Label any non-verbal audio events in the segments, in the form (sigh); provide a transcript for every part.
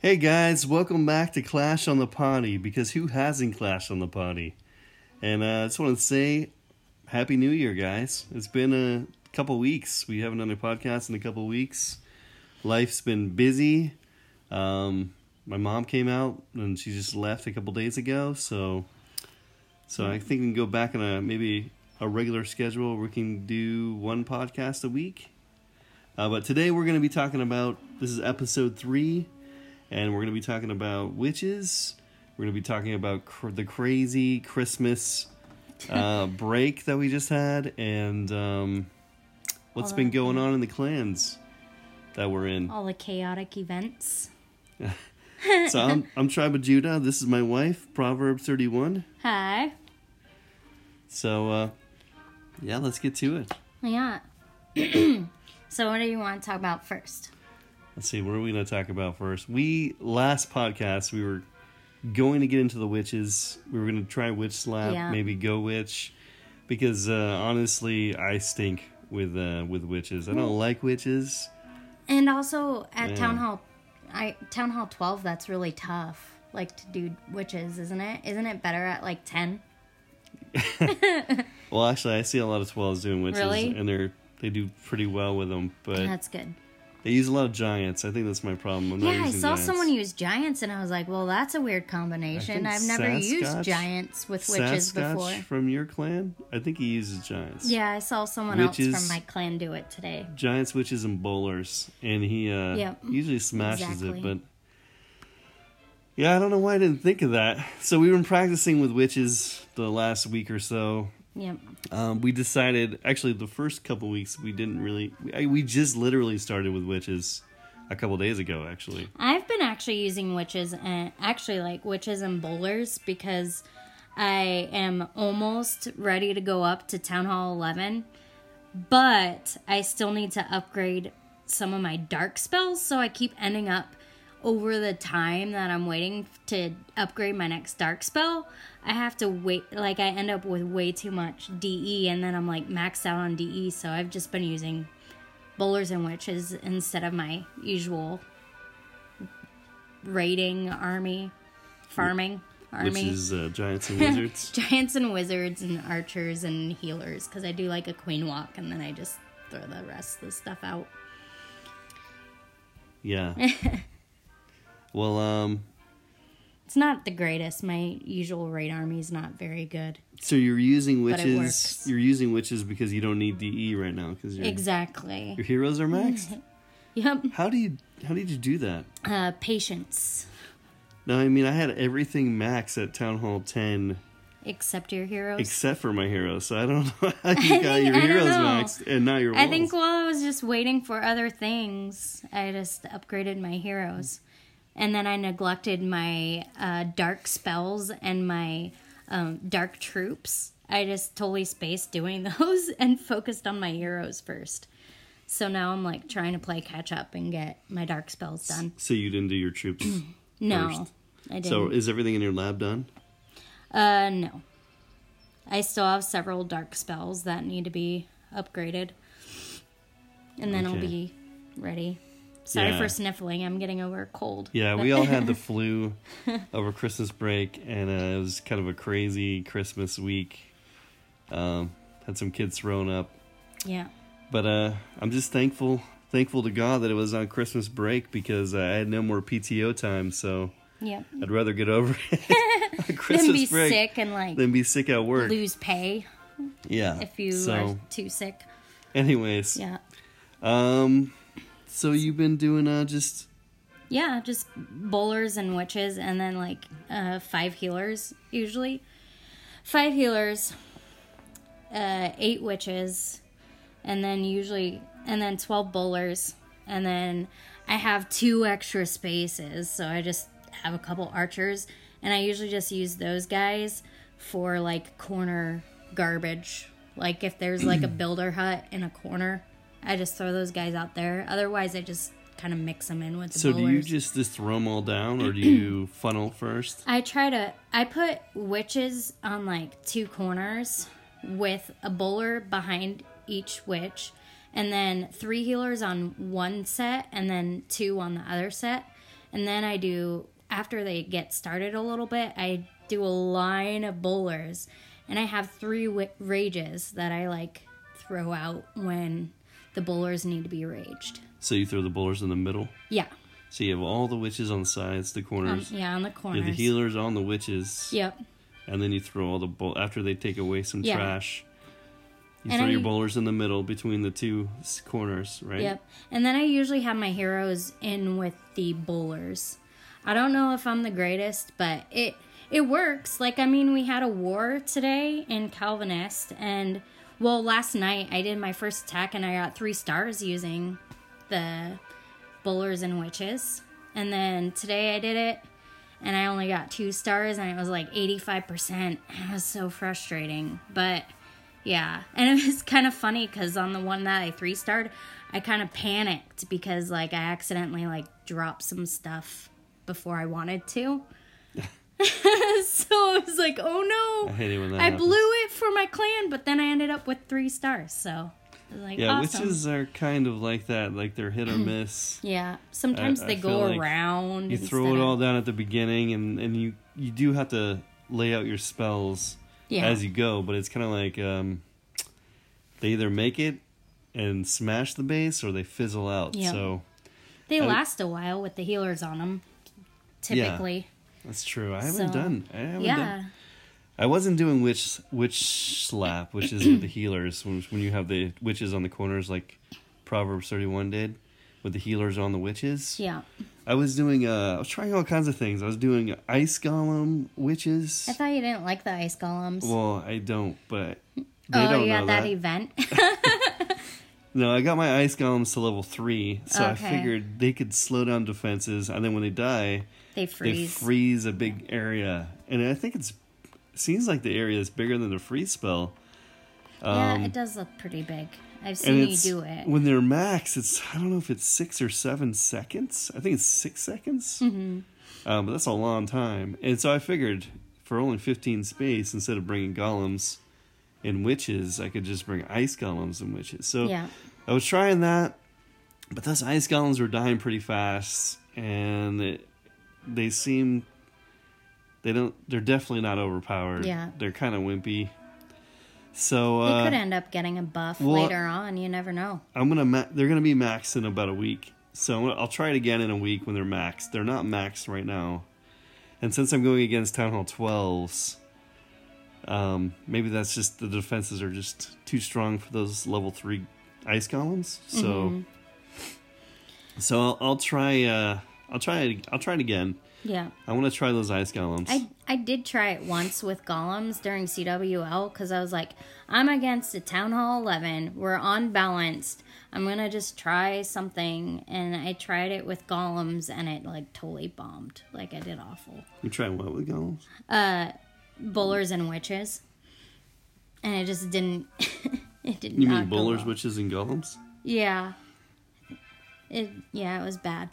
Hey guys, welcome back to Clash on the Potty because who hasn't clashed on the potty? And uh, I just want to say Happy New Year, guys. It's been a couple weeks. We haven't done a podcast in a couple weeks. Life's been busy. Um, my mom came out and she just left a couple days ago, so so I think we can go back on a maybe a regular schedule. Where we can do one podcast a week. Uh, but today we're going to be talking about this is episode three, and we're going to be talking about witches. We're going to be talking about cr- the crazy Christmas (laughs) uh, break that we just had, and um, what's All been that- going on in the clans that we're in. all the chaotic events. So I'm I'm tribe of Judah. This is my wife, Proverbs thirty one. Hi. So uh, yeah, let's get to it. Yeah. (clears throat) so what do you want to talk about first? Let's see, what are we going to talk about first? We, last podcast, we were going to get into the witches. We were going to try Witch Slap, Yeah. maybe Go Witch, because uh, honestly, I stink with uh, with witches. I don't like witches. And also at Yeah. town hall I town hall 12 that's really tough like to do witches, isn't it? Isn't it better at like 10? Well, actually, I see a lot of 12s doing witches, Really? and they're. They do pretty well with them, but That's good. they use a lot of giants. I think that's my problem. I'm not yeah, I using saw giants. someone use giants and I was like, "Well, that's a weird combination. I I've think never used Sasquatch- giants with witches Sasquatch before." from your clan. I think he uses giants. Yeah, I saw someone else Witches- from my clan do it today. giants, witches, and bowlers, and he uh, Yep. usually smashes Exactly. it. But yeah, I don't know why I didn't think of that. So we've been practicing with witches the last week or so. Yep. Um, we decided actually the first couple weeks we didn't really. We, I, we just literally started with witches a couple days ago. Actually, I've been actually using witches and actually like witches and bowlers because I am almost ready to go up to Town Hall 11, but I still need to upgrade some of my dark spells, so I keep ending up over the time that I'm waiting to upgrade my next dark spell. I have to wait, like, I end up with way too much DE, and then I'm like maxed out on DE, so I've just been using bowlers and witches instead of my usual raiding army, farming army, witches, uh, giants, (laughs) and wizards. giants and wizards and archers and healers. Because I do like a queen walk, and then I just throw the rest of the stuff out. yeah. (laughs) Well, um, It's not the greatest. My usual raid army is not very good. so you're using But it witches. works. You're using witches because you don't need DE right now because your your Exactly. heroes are maxed. (laughs) Yep. How do you how did you do that? Uh, patience. No, I mean I had everything max at Town Hall ten Accept your heroes. except for my heroes, so I don't (laughs) know how you got your I don't heroes know. maxed and not your walls. I think while I was just waiting for other things, I just upgraded my heroes. And then I neglected my uh, dark spells and my um, dark troops. I just totally spaced doing (laughs) those and focused on my heroes first. So now I'm like trying to play catch up and get my dark spells done. so you didn't do your (clears throat) troops. No, First. I didn't. so is everything in your lab done? Uh, no. I still have several dark spells that need to be upgraded. And then I'll Okay. be ready. Sorry Yeah. for sniffling. I'm getting over a cold. Yeah, we all (laughs) had the flu over Christmas break, and uh, it was kind of a crazy Christmas week. Um, had some kids thrown up, Yeah. but uh, I'm just thankful, thankful to God that it was on Christmas break because uh, I had no more PTO time. So Yep. I'd rather get over (laughs) it on Christmas Then be break sick and like than be sick at work. lose pay yeah. if you so, are too sick. anyways, Yeah. um, so you've been doing uh just Yeah, just bowlers and witches and then like uh, five healers usually. Five healers, uh, eight witches, and then usually and then 12 bowlers and then i have two extra spaces so i just have a couple archers and i usually just use those guys for like corner garbage like if (clears throat) there's like a builder hut in a corner i just throw those guys out there otherwise i just kind of mix them in with the so do you bowlers just just throw them all down or do you (clears throat) funnel first? I try to. I put witches on like two corners with a bowler behind each witch, and then three healers on one set, and then two on the other set. And then I do, after they get started a little bit, I do a line of bowlers. And I have three w- rages that I like throw out when the bowlers need to be raged. So you throw the bowlers in the middle. Yeah. So you have all the witches on the sides, the Um, corners. yeah, on the you corners. have the healers on the witches. Yep. And then you throw all the bowl after they take away some Yeah. trash. You And throw I- your bowlers in the middle between the two s- corners, right? Yep. And then I usually have my heroes in with the bowlers. I don't know if I'm the greatest, but it it works. Like I mean, we had a war today in Calvinist and well, last night I did my first attack and I got 3 stars using the bowlers and witches. And then today I did it and I only got 2 stars and it was like 85%. It was so frustrating, but yeah, and it was kind of funny because on the one that I three starred, I kind of panicked because like I accidentally like dropped some stuff before I wanted to. (laughs) so I was like, oh I no, hate it when that I happens. blew it for my clan, but then I ended up with three stars. So I was like, Yeah, awesome. witches are kind of like that. Like they're (clears throat) hit or miss. yeah, sometimes I- I they feel go like around. you throw instead it all Of, down at the beginning, and and you you do have to lay out your spells yeah, as you go. But it's kind of like um, they either make it and smash the base, or they fizzle out. Yeah. So they I- last a while with the healers on them, typically. that's true. I haven't So, done. I haven't Yeah, done. I wasn't doing witch witch slap, which is with the healers when when you have the witches on the corners, like Proverbs thirty one did, with the healers on the witches. yeah. I was doing. Uh, I was trying all kinds of things. I was doing ice golem witches. I thought you didn't like the ice golems. Well, I don't, but they oh, don't you know had that, that. event. (laughs) (laughs) No, I got my ice golems to level three, so I Okay. figured they could slow down defenses, and then when they die, they freeze. they freeze a big area, and I think it's seems like the area is bigger than the freeze spell. yeah, it does look pretty big. um, I've And seen you it's- do it. when they're max. It's I don't know if it's six or seven seconds. I think it's six seconds, mm-hmm. um, but that's a long time. And so I figured for only fifteen space, instead of bringing golems and witches, I could just bring ice golems and witches. So Yeah. I was trying that, but those ice golems were dying pretty fast, and it, they seem they don't. They're definitely not overpowered. Yeah. they're kind of wimpy. So You uh, could end up getting a buff well, later on. You never know. I'm gonna ma- they're gonna be maxed in about a week. So I'm gonna- I'll try it again in a week when they're maxed. They're not maxed right now, and since I'm going against Town Hall 12s, um, maybe that's just the defenses are just too strong for those level three ice columns. So, Mm-hmm. so I'll, I'll try. Uh, I'll try. It, I'll try it again. Yeah. I want to try those ice columns. I, I did try it once with golems during CWL because I was like, I'm against a Town Hall 11. We're unbalanced. I'm going to just try something. And I tried it with golems and it like totally bombed. Like I did awful. you try what with columns? Bowlers and witches. And it just didn't. (laughs) it did You not mean go bowlers, well. witches, and (laughs) golems? Yeah. It yeah, it was bad.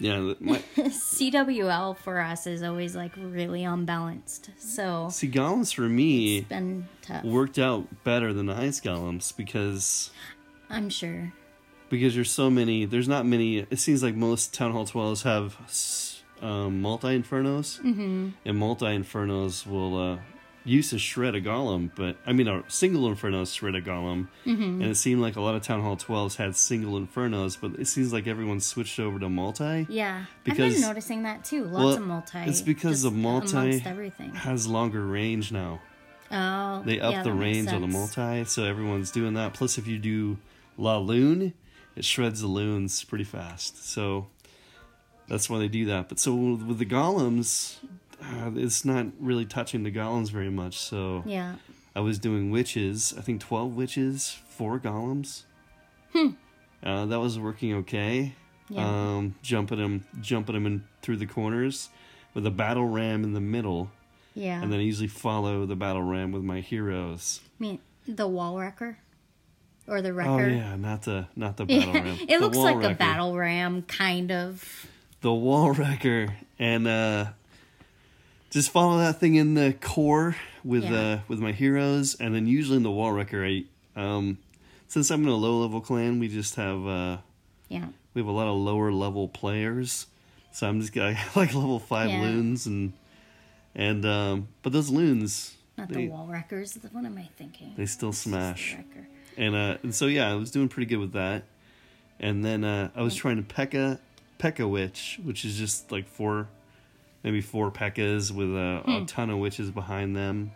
Yeah, th- my, CWL for us is always like really unbalanced. So see, golems for me. it's been tough. worked out better than the ice golems because I'm sure. because there's so many there's not many it seems like most town hall 12s have s- um, multi infernos mm-hmm. and multi infernos will uh used to shred a golem but i mean a single inferno shred a golem and Mm-hmm. it seemed like a lot of town hall 12s had single infernos but it seems like everyone switched over to multi Yeah. I've Because- been noticing that too. Lots Well, of multi. it's because just the multi- amongst everything. has longer range now Oh. They up yeah, the that makes range on the sense. multi, so everyone's doing that. Plus, if you do La Loon, it shreds the loons pretty fast. So that's why they do that. But so with the golems, uh, it's not really touching the golems very much. So Yeah. I was doing witches. I think twelve witches, four golems. Hmm. Uh, that was working okay. Yeah. Um, jumping them, jumping them in through the corners, with a battle ram in the middle, Yeah. and then I usually follow the battle ram with my heroes. I mean the wall wrecker. Or the wrecker. Oh yeah, not the not (laughs) the battle ram. it The looks wall like a wrecker. battle ram, kind of. The wall wrecker, and uh, just follow that thing in the core with Yeah. uh with my heroes, and then usually in the wall wrecker, I um, since I'm in a low level clan, we just have uh Yeah. we have a lot of lower level players. So I'm just (laughs) gonna have like level five Yeah. loons and and um but those loons Not they- the wall wreckers. The- What am I thinking? they still smash. Wrecker. and uh and so yeah, I was doing pretty good with that. And then uh I was trying to Pekka Pekka Witch, which is just like four maybe four Pekkas with uh, Hmm. a ton of witches behind them.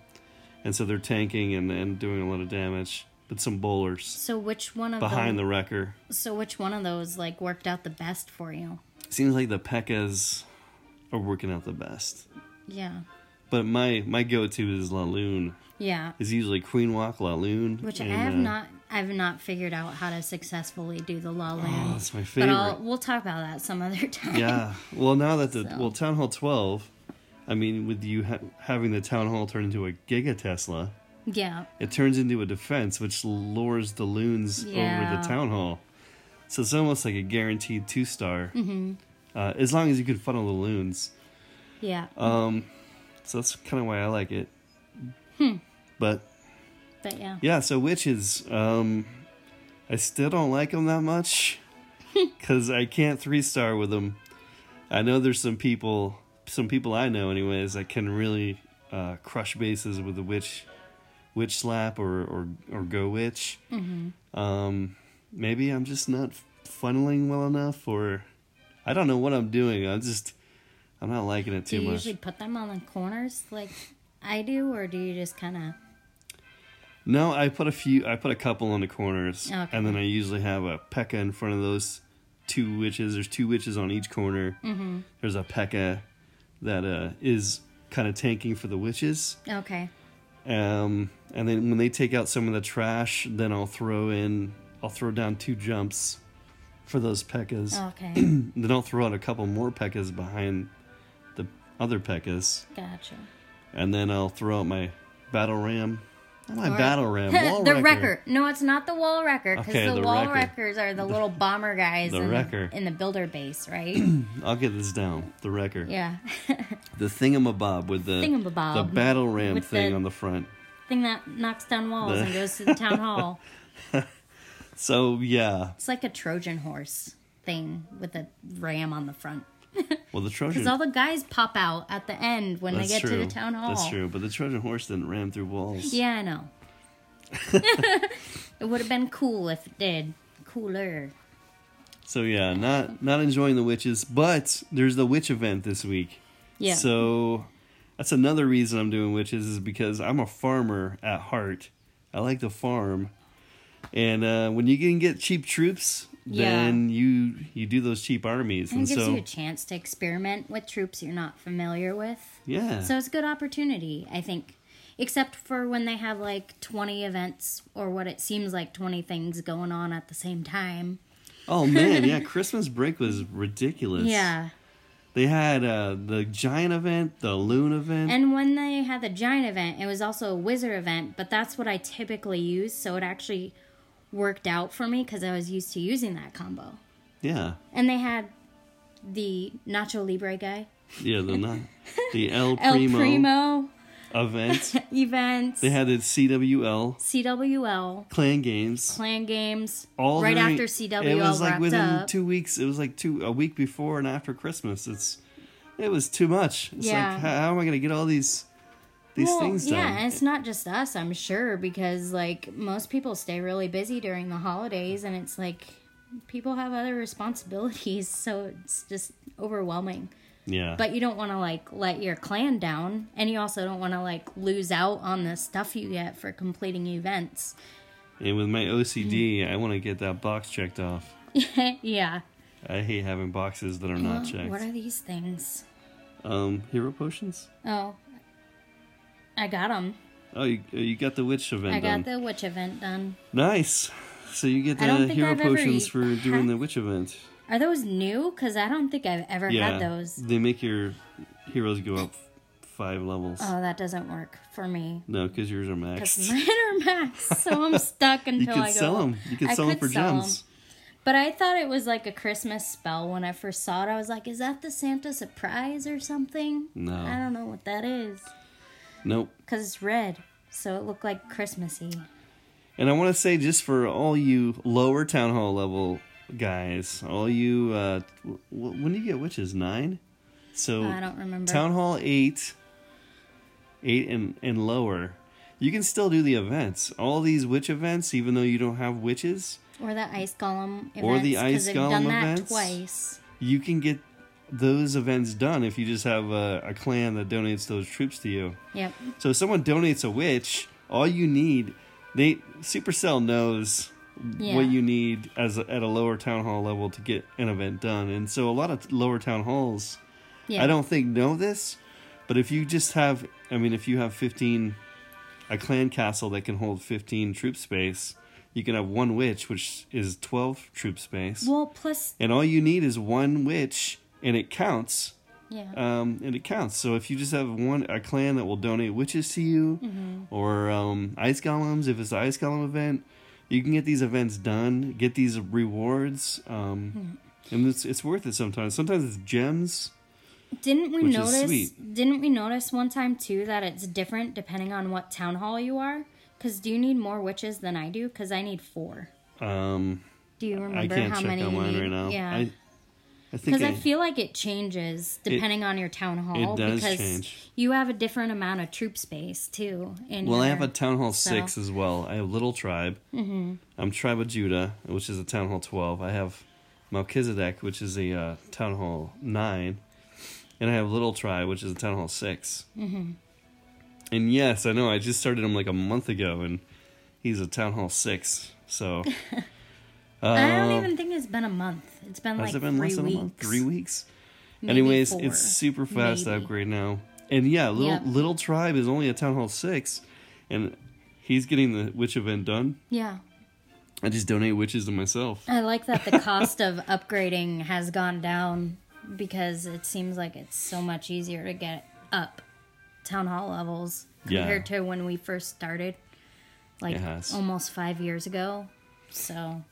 And so they're tanking and, and doing a lot of damage. But some bowlers So which one of behind the, the wrecker. so which one of those like worked out the best for you? Seems like the Pekkas are working out the best. Yeah, But my my go to is La Lune. yeah. It's usually Queen Walk La Lune. Which and, I have uh, not I've not figured out how to successfully do the La Land. That's oh, my but favorite. I'll, we'll talk about that some other (laughs) time. yeah. Well, now that the So. well Town Hall twelve, I mean, with you ha- having the Town Hall turn into a Giga Tesla, Yeah. it turns into a defense, which lures the loons over Yeah. the Town Hall. So it's almost like a guaranteed two star, Mm-hmm. uh, as long as you can funnel the loons. Yeah. Uh, So that's kind of why I like it. Hmm. But but yeah. Yeah, so witches. Um, I still don't like them that (laughs) much because I can't three star with them. I know there's some people, some people I know, anyways, that can really uh, crush bases with the witch, witch slap or or or go witch. Mm-hmm. Um, maybe I'm just not funneling well enough, or I don't know what I'm doing. I'm just, I'm not liking it Do too you much. usually put them on the corners like I do or do you just kind of No, I put a few. I put a couple on the corners, Okay. and then I usually have a Pekka in front of those two witches. There's two witches on each corner. Mm-hmm. There's a Pekka that uh, is kind of tanking for the witches, Okay. um, and then when they take out some of the trash, then I'll throw in. I'll throw down two jumps for those Pekkas. Oh. (clears throat) Okay. Then I'll throw out a couple more Pekkas behind the other Pekkas, gotcha. and then I'll throw out my battle ram. Not My Or- battle (laughs) ram, wall the wrecker. No, it's not the wall wrecker because Okay, the, the wall wrecker. wreckers are the, little bomber guys the in, wrecker. in the builder (clears throat) base, right? I'll get this down. The wrecker. yeah. The thingamabob with the Thingamabob. the battle ram With thing the- on the front. Thing that knocks down walls The- and goes to (laughs) the town hall. So yeah. It's like a Trojan horse thing with a ram on the front. Well, the Trojan. Because all the guys pop out at the end when Hmm. that's they get true. to the town hall. That's true. But the Trojan horse didn't ram through walls. Yeah, I (laughs) know. it would have been cool if it did. Cooler. So yeah, not not enjoying the witches. But there's the witch event this week. Yeah. So that's another reason I'm doing witches is because I'm a farmer at heart. I like to farm, and uh, when you can get cheap troops, Yeah. then you you do those cheap armies, and and it gives so you a chance to experiment with troops you're not familiar with. yeah. So it's a good opportunity, I think. Except for when they have like 20 events or what it seems like 20 things going on at the same time. Oh man, yeah, Christmas break was ridiculous. Yeah. They had uh the giant event, the loon event. And when they had the giant event, it was also a wizard event, but that's what I typically use, so it actually worked out for me because I was used to using that combo. yeah. And they had the Nacho Libre guy, Yeah, the not (laughs) the El El Primo, Primo (laughs) event. events, They had the CWL CWL, clan games. Clan Games, All right during- after CWL It was like wrapped within up. two weeks. It was like two a week before and after Christmas. It's it was too much. It's Yeah. like how, how am I gonna get all these these well, things done? yeah, and it's not just us, I'm sure, because like most people stay really busy during the holidays, and it's like people have other responsibilities, (laughs) so it's just overwhelming. yeah. but you don't want to like let your clan down and you also don't want to like lose out on the stuff you get for completing events (laughs) and with my Mm. OCD, I want to get that box checked off. yeah I hate having boxes that are not checked. what are these things Um, hero potions. oh i got them Oh, you, you got the witch event i done. got the witch event done Nice. So you get I don't the think hero I've ever potions eat- for doing the witch event. are those new because i don't think i've ever Yeah, had those they make your heroes go up five levels. No, 'cause oh that doesn't work for (laughs) me no, because yours are because maxed. mine are max so i'm stuck until you could i go sell them. You could I sell them could for sell 'em. gems. But I thought it was like a Christmas spell when I first saw it. I was like, is that the Santa surprise or something? No. I don't know what that is. Nope. Because it's red, so it looked like Christmassy. And I want to say just for all you lower town hall level guys, all you, uh, w- w- when do you get witches? Nine? So I don't remember. Town Hall eight, eight and and lower, you can still do the events. All these witch events, even though you don't have witches, or the ice golem events. Or the 'cause ice they've golem done that events. twice. you can get those events done if you just have a, a clan that donates those troops to you. Yep. So if someone donates a witch, all you need, they Supercell knows Yeah. what you need as a, at a lower town hall level to get an event done, and so a lot of lower town halls, Yeah. I don't think know this, but if you just have, I mean, if you have fifteen, a clan castle that can hold fifteen troop space, you can have one witch, which is twelve troop space, Well, plus and all you need is one witch, and it counts yeah. um, and it counts. So if you just have one a clan that will donate witches to you, Mm-hmm. or um, ice golems, if it's the ice golem event, you can get these events done, get these rewards, um, Hmm. and it's it's worth it sometimes. Sometimes it's gems. didn't we which is notice? sweet. Didn't we notice one time too that it's different depending on what town hall you are? Because do you need more witches than I do? Because I need four. Um, Do you I remember can't how check many you online need? right now. Yeah. I, I think Because I, I feel like it changes depending on your town hall. it does because change. You have a different amount of troop space too. In well, I your- have a town hall so- six as well. I have little tribe. Mm-hmm. I'm tribe of Judah, which is a town hall twelve. I have Melchizedek, which is a uh, town hall nine, and I have little tribe, which is a town hall 6 Mm-hmm. And yes, I know. I just started him like a month ago, and he's a town hall six. So I don't uh, even think it's been a month. It's been has (laughs) like it been three less than weeks. a month? Three weeks. Maybe Anyways, four. it's super fast uh, to Maybe. upgrade now. And yeah, little Yep. little tribe is only a town hall six, and he's getting the witch event done. Yeah. I just donate witches to myself. I like that the cost of upgrading has gone down because it seems like it's so much easier to get up town hall levels Yeah. compared to when we first started, like It has. almost five years ago. So,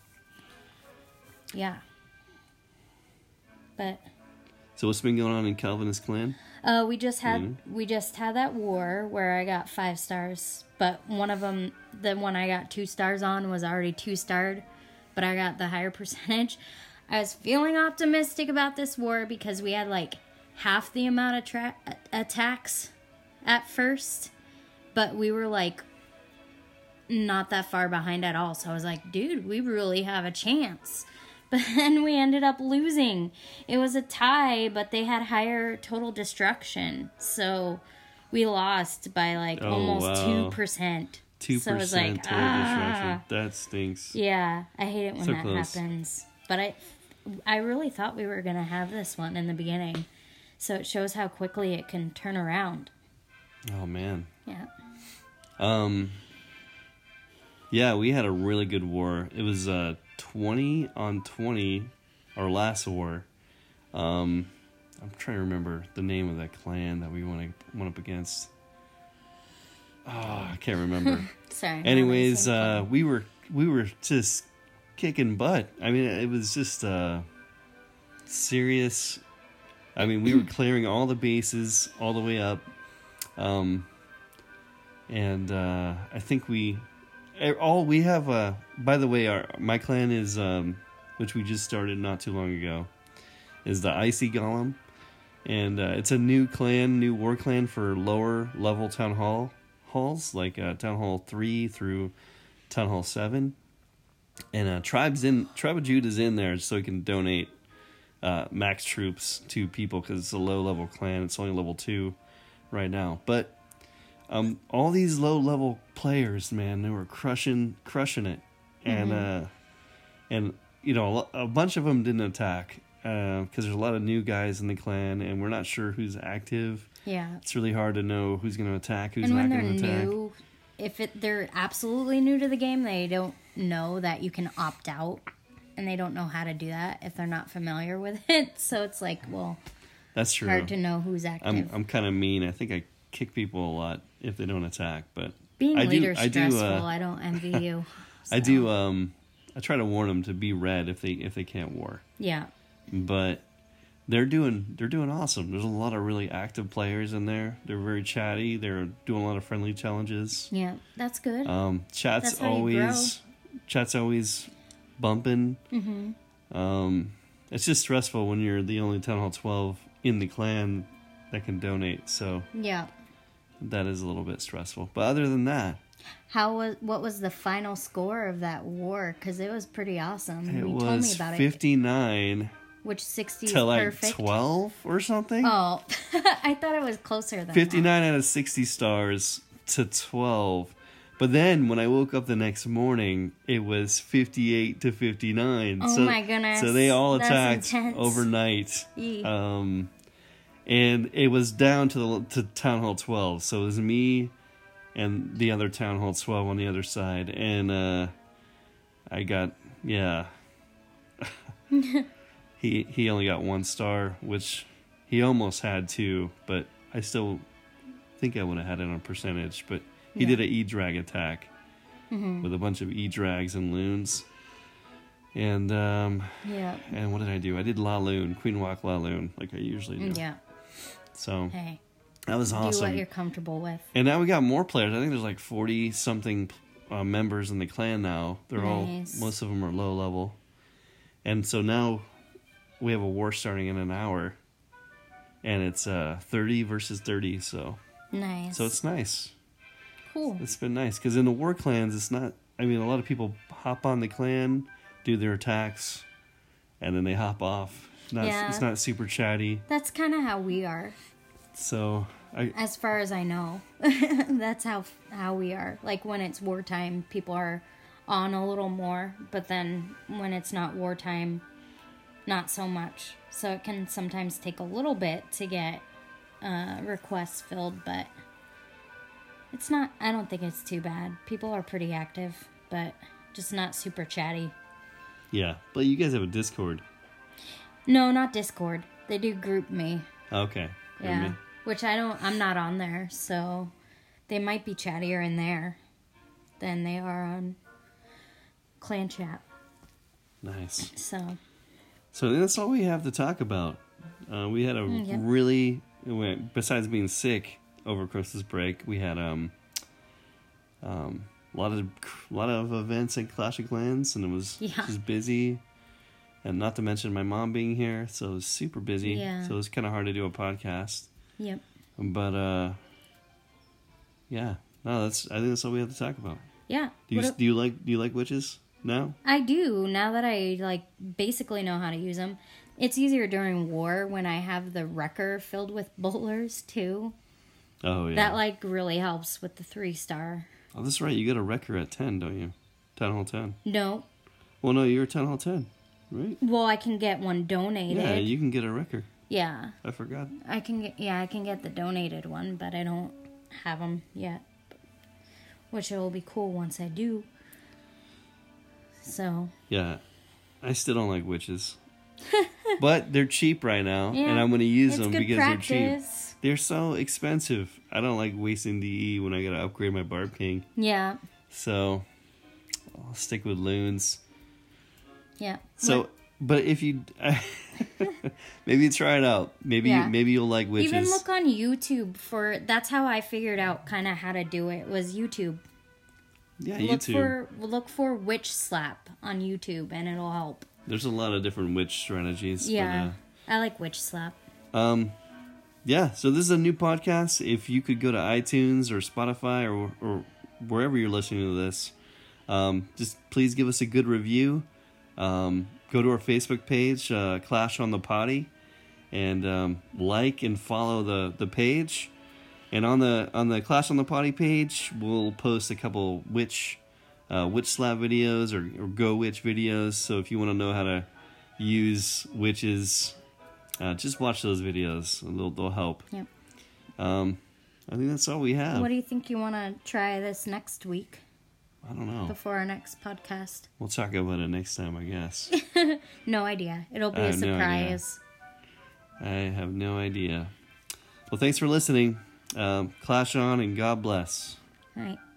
yeah. But So what's been going on in Calvinist clan? uh, we just had we just had that war where I got five stars, but one of them, the one I got two stars on, was already two starred, but I got the higher (laughs) percentage. I was feeling optimistic about this war because we had like half the amount of tra- attacks at first, but we were like not that far behind at all. So I was like, dude, we really have a chance. (laughs) But then we ended up losing. It was a tie, but they had higher total destruction. So we lost by like Oh, almost wow. two percent. Two So I was percent like, total ah. destruction. That stinks. Yeah, I hate it when So that close. happens. But I I really thought we were going to have this one in the beginning. So it shows how quickly it can turn around. Oh man. Yeah. Um. Yeah, we had a really good war. It was uh twenty on twenty, our last war. Um, I'm trying to remember the name of that clan that we went went up against. Oh, I can't (laughs) remember. Sorry. Anyways, uh, we were we were just kicking butt. I mean, it was just uh, serious. I mean, we were clearing all the bases all the way up, um, and uh, I think we eh, all we have. Uh, by the way, our my clan is um, which we just started not too long ago, is the Icy Golem, and uh, it's a new clan, new war clan for lower level town hall halls like uh, town hall three through town hall seven, and uh, tribes in tribe of Jude is in there so he can donate uh, max troops to people because it's a low level clan. It's only level two right now, but um, all these low level players, man, they were crushing crushing it, and uh, and you know a lo- a bunch of them didn't attack because there's a lot of new guys in the clan, and we're not sure who's active. yeah. It's really hard to know who's going to attack, who's and not when they're going to attack. new if it, they're absolutely new to the game they don't know that you can opt out and they don't know how to do that if they're not familiar with (laughs) it so it's like well That's true. hard to know who's active I'm I'm kind of mean. I think I kick people a lot if they don't attack, but being I leader do I do stressful uh, i don't envy (laughs) you I so, do um I try to warn them to be red if they if they can't war. yeah But they're doing they're doing awesome. There's a lot of really active players in there. They're very chatty. They're doing a lot of friendly challenges. yeah that's good Um, chat's That's how you always chat's always bumping. Mm-hmm. Um, it's just stressful when you're the only Town Hall 12 in the clan that can donate, so Yeah. that is a little bit stressful. But other than that, How was what was the final score of that war? Because it was pretty awesome. it you told me was about it. 59 Which sixty is to like perfect. 12 or something. Oh, (laughs) I thought it was closer than that. 59 out of 60 stars to 12. But then when I woke up the next morning, it was 58 to 59. Oh my goodness. So they all That's attacked intense. overnight. Yee. Um, and it was down to the to town hall 12. So it was me and the other town hall 12 on the other side and uh I got yeah. he he only got one star, which he almost had two, but I still think I would have had it on percentage. But he Yeah. did an e drag attack with a bunch of e drags and loons, and um, Yeah. and what did I do? I did La Loon, Queen Walk La Loon, like I usually do. Mm, Yeah. So Hey. that was Do what awesome. you're comfortable with. And now we got more players. I think there's like forty something uh, members in the clan now. They're Nice. all most of them are low level, and so now we have a war starting in an hour, and it's uh, thirty versus thirty. So Nice. so it's nice. cool. It's been nice because in the war clans, it's not. I mean, a lot of people hop on the clan, do their attacks, and then they hop off. Not, Yeah. It's not super chatty. That's kind of how we are, So I as far as I know. (laughs) That's how how we are. Like when it's wartime, people are on a little more, but then when it's not wartime, not so much. So it can sometimes take a little bit to get uh, requests filled, but it's not. I don't think it's too bad. People are pretty active, but just not super chatty. yeah, but you guys have a Discord. No, not Discord. They do group me. Okay. Yeah. Which I don't I'm not on there, so they might be chattier in there than they are on clan chat. Nice. So So that's all we have to talk about. Uh, we had a Mm, yeah. really it went- besides being sick over Christmas break, we had um um a lot of a lot of events at Clash of Clans, and it was Yeah. just busy. And not to mention my mom being here, so it was super busy. Yeah. So it was kind of hard to do a podcast, yep. but uh, yeah, no, that's I think that's all we have to talk about. Yeah. Do you What a- do you like do you like witches? No. I do now that I like basically know how to use them. It's easier during war when I have the wrecker filled with (laughs) bowlers too. Oh yeah. That like really helps with the three star. oh, that's right. You got a record at ten, don't you? Town hall ten. No. Well, no, you're a town hall ten, right? Well, I can get one Yeah, donated. you can get a record. yeah. I forgot. I can get yeah, I can get the donated one, but I don't have them yet. Which it will be cool once I do. So Yeah, I still don't like witches, (laughs) but they're cheap right now, Yeah, and I'm going to use it's them good because they're cheap. practice. They're so expensive. I don't like wasting DE when I got to upgrade my Barb King, Yeah, so I'll stick with loons. yeah. So, but if you (laughs) maybe try it out, maybe Yeah. maybe you'll like witches. even look on YouTube for that's how I figured out kind of how to do it was YouTube. yeah, Look YouTube. for look for witch slap on YouTube and it'll help. There's a lot of different witch strategies. but, Yeah, uh, I like witch slap. yeah so this is a new podcast if you could go to itunes or spotify or, or wherever you're listening to this um, just please give us a good review um, go to our facebook page uh, clash on the potty and um, like and follow the, the page and on the on the clash on the potty page we'll post a couple witch uh, witch slap videos or, or go witch videos so if you want to know how to use witches uh, just watch those videos and they'll, they'll help Yep. um, I think that's all we have. What do you think you want to try this next week I don't know. before our next podcast? We'll talk about it next time, I guess. No idea. It'll be I a have no idea. surprise. I have no idea. Well, thanks for listening. Um, clash on and God bless. All right.